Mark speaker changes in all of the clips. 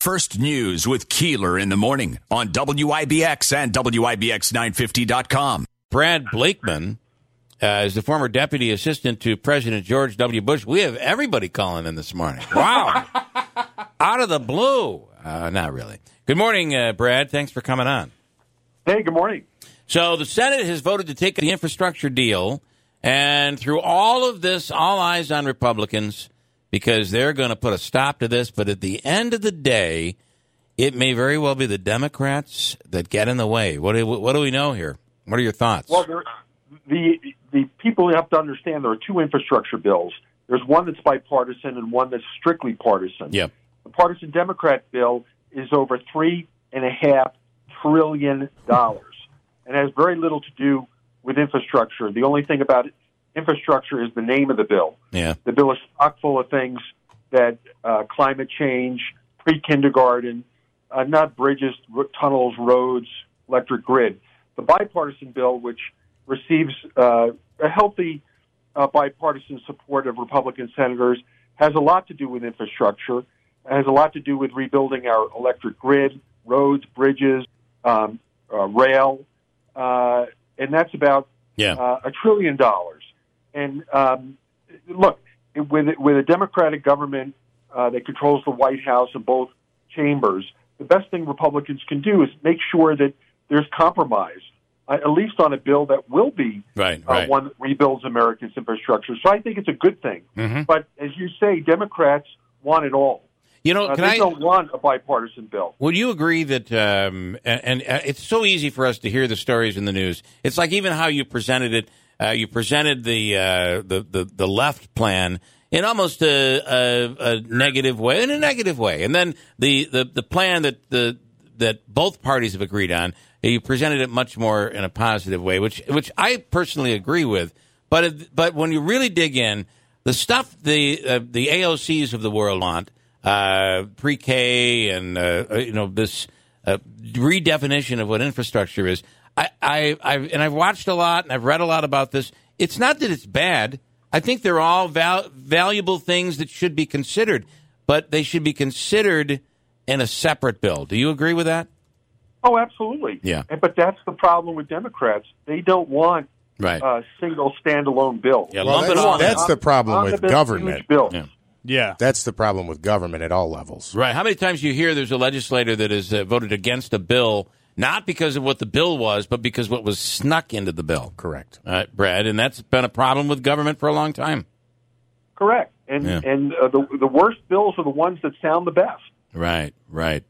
Speaker 1: First News with Keeler in the morning on WIBX and WIBX950.com.
Speaker 2: Brad Blakeman uh, is the former deputy assistant to President George W. Bush. We have everybody calling in this morning. Wow. Out of the blue. Uh, not really. Good morning, uh, Brad. Thanks for coming on.
Speaker 3: Hey, good morning.
Speaker 2: So the Senate has voted to take the infrastructure deal, and through all of this, all eyes on Republicans because they're going to put a stop to this. But at the end of the day, it may very well be the Democrats that get in the way. What do, what do we know here? What are your thoughts?
Speaker 3: Well, there, the the people have to understand there are two infrastructure bills. There's one that's bipartisan and one that's strictly partisan.
Speaker 2: Yep.
Speaker 3: The partisan Democrat bill is over three and a half trillion dollars and has very little to do with infrastructure. The only thing about infrastructure is the name of the bill.
Speaker 2: yeah.
Speaker 3: The bill is chock full of things that uh, climate change, pre kindergarten, uh, not bridges, r- tunnels, roads, electric grid. The bipartisan bill, which receives uh, a healthy uh, bipartisan support of Republican senators, has a lot to do with infrastructure, has a lot to do with rebuilding our electric grid, roads, bridges, um, uh, rail, uh, and that's about
Speaker 2: Yeah.
Speaker 3: uh, a trillion dollars. And um, look, with with a Democratic government uh, that controls the White House and both chambers, the best thing Republicans can do is make sure that there's compromise, uh, at least on a bill that will be
Speaker 2: right.
Speaker 3: uh,
Speaker 2: Right.
Speaker 3: one that rebuilds America's infrastructure. So I think it's a good thing.
Speaker 2: Mhm.
Speaker 3: But as you say, Democrats want it all.
Speaker 2: you know,
Speaker 3: Uh,
Speaker 2: can
Speaker 3: they
Speaker 2: I?
Speaker 3: don't want a bipartisan bill.
Speaker 2: Would you agree that, um, and, and uh, it's so easy for us to hear the stories in the news. It's like even how you presented it. Uh, you presented the, uh, the the the left plan in almost a, a, a negative way, in a negative way, and then the, the, the plan that the that both parties have agreed on. You presented it much more in a positive way, which which I personally agree with. But it, but when you really dig in, the stuff the uh, the AOCs of the world want uh, pre-K and uh, uh, you know this uh, redefinition of what infrastructure is. I, I I've, and I've watched a lot and I've read a lot about this. It's not that it's bad. I think they're all val- valuable things that should be considered, but they should be considered in a separate bill. Do you agree with that?
Speaker 3: Oh, absolutely.
Speaker 2: Yeah.
Speaker 3: And- But that's the problem with Democrats. They don't want
Speaker 2: Right.
Speaker 3: a single standalone bill.
Speaker 2: Yeah,
Speaker 4: Well,
Speaker 2: lump it
Speaker 4: that's-
Speaker 2: all. in.
Speaker 4: that's- the problem
Speaker 3: On
Speaker 4: with
Speaker 3: the bill,
Speaker 4: government.
Speaker 3: huge bill.
Speaker 2: Yeah.
Speaker 5: Yeah.
Speaker 4: That's the problem with government at all levels.
Speaker 2: Right. How many times do you hear there's a legislator that has uh, voted against a bill, not because of what the bill was, but because what was snuck into the bill?
Speaker 4: Correct.
Speaker 2: All right, Brad, and that's been a problem with government for a long time.
Speaker 3: Correct. And
Speaker 2: Yeah.
Speaker 3: and uh, the the worst bills are the ones that sound the best.
Speaker 2: Right, right.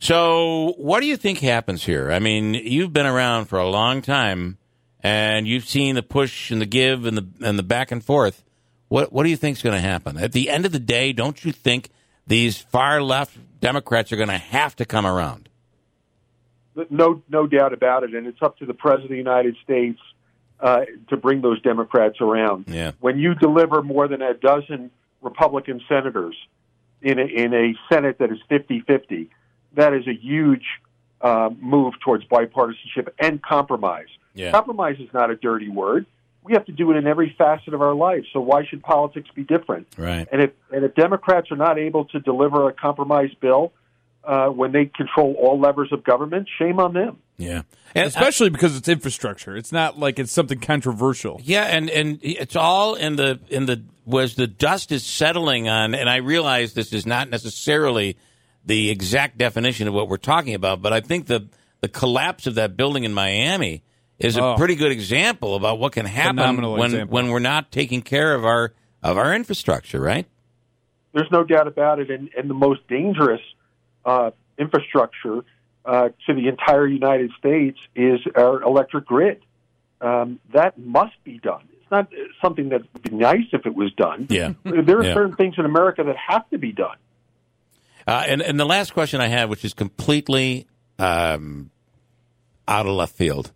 Speaker 2: So, what do you think happens here? I mean, you've been around for a long time, and you've seen the push and the give and the and the back and forth. What what do you think's going to happen at the end of the day? Don't you think these far left Democrats are going to have to come around?
Speaker 3: No no doubt about it. And it's up to the president of the United States uh, to bring those Democrats around.
Speaker 2: Yeah.
Speaker 3: When you deliver more than a dozen Republican senators in a, in a Senate that is 50-50, that is a huge uh, move towards bipartisanship and compromise.
Speaker 2: Yeah.
Speaker 3: Compromise is not a dirty word. We have to do it in every facet of our life. So why should politics be different?
Speaker 2: Right.
Speaker 3: And if and if Democrats are not able to deliver a compromise bill uh, when they control all levers of government, shame on them.
Speaker 2: Yeah.
Speaker 5: And
Speaker 2: And
Speaker 5: especially because it's infrastructure. It's not like it's something controversial.
Speaker 2: Yeah, and and it's all in the in the was the dust is settling on, and I realize this is not necessarily the exact definition of what we're talking about, but I think the the collapse of that building in Miami is a
Speaker 5: Oh.
Speaker 2: pretty good example about what can happen
Speaker 5: Phenomenal
Speaker 2: when
Speaker 5: example.
Speaker 2: when we're not taking care of our of our infrastructure, right?
Speaker 3: There's no doubt about it. And, and the most dangerous uh, infrastructure uh, to the entire United States is our electric grid. Um, that must be done. It's not uh, something that would be nice if it was done.
Speaker 2: Yeah.
Speaker 3: There are
Speaker 2: Yeah.
Speaker 3: certain things in America that have to be done.
Speaker 2: Uh, and and the last question I have, which is completely um, out of left field,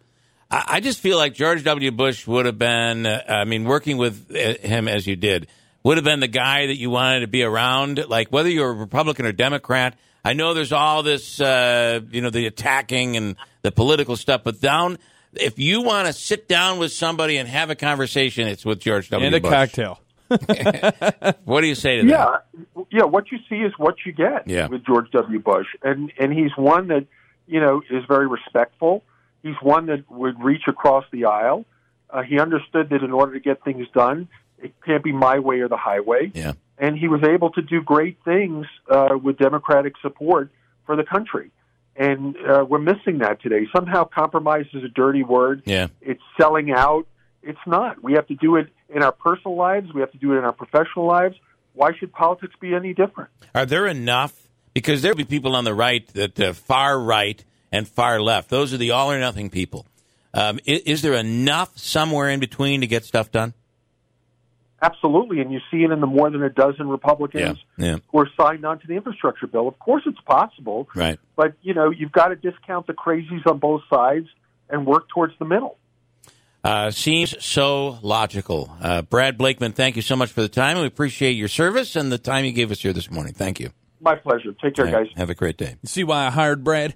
Speaker 2: I, I just feel like George W. Bush would have been. Uh, I mean, working with uh, him as you did would have been the guy that you wanted to be around. Like whether you're a Republican or Democrat, I know there's all this, uh, you know, the attacking and the political stuff, but down. If you want to sit down with somebody and have a conversation, it's with George W.
Speaker 5: and a
Speaker 2: Bush.
Speaker 5: cocktail.
Speaker 2: What do you say to that?
Speaker 3: Yeah, yeah. What you see is what you get
Speaker 2: Yeah.
Speaker 3: with George W. Bush, and and he's one that you know is very respectful. He's one that would reach across the aisle. Uh, he understood that in order to get things done, it can't be my way or the highway.
Speaker 2: Yeah.
Speaker 3: And he was able to do great things uh, with Democratic support for the country. And uh, we're missing that today. Somehow compromise is a dirty word
Speaker 2: Yeah.
Speaker 3: it's selling out. It's not. We have to do it in our personal lives. We have to do it in our professional lives. Why should politics be any different?
Speaker 2: Are there enough? Because there'll be people on the right that uh, far right and far left. Those are the all or nothing people. Um, is, is there enough somewhere in between to get stuff done?
Speaker 3: Absolutely. And you see it in the more than a dozen Republicans
Speaker 2: Yeah, yeah.
Speaker 3: who are signed on to the infrastructure bill. Of course, it's possible.
Speaker 2: Right.
Speaker 3: But, you know, you've got to discount the crazies on both sides and work towards the middle.
Speaker 2: Uh, seems so logical. Uh, Brad Blakeman, thank you so much for the time. We appreciate your service and the time you gave us here this morning. Thank you.
Speaker 3: My pleasure. Take care, guys.
Speaker 2: Have a great day.
Speaker 5: You see why I hired Brad?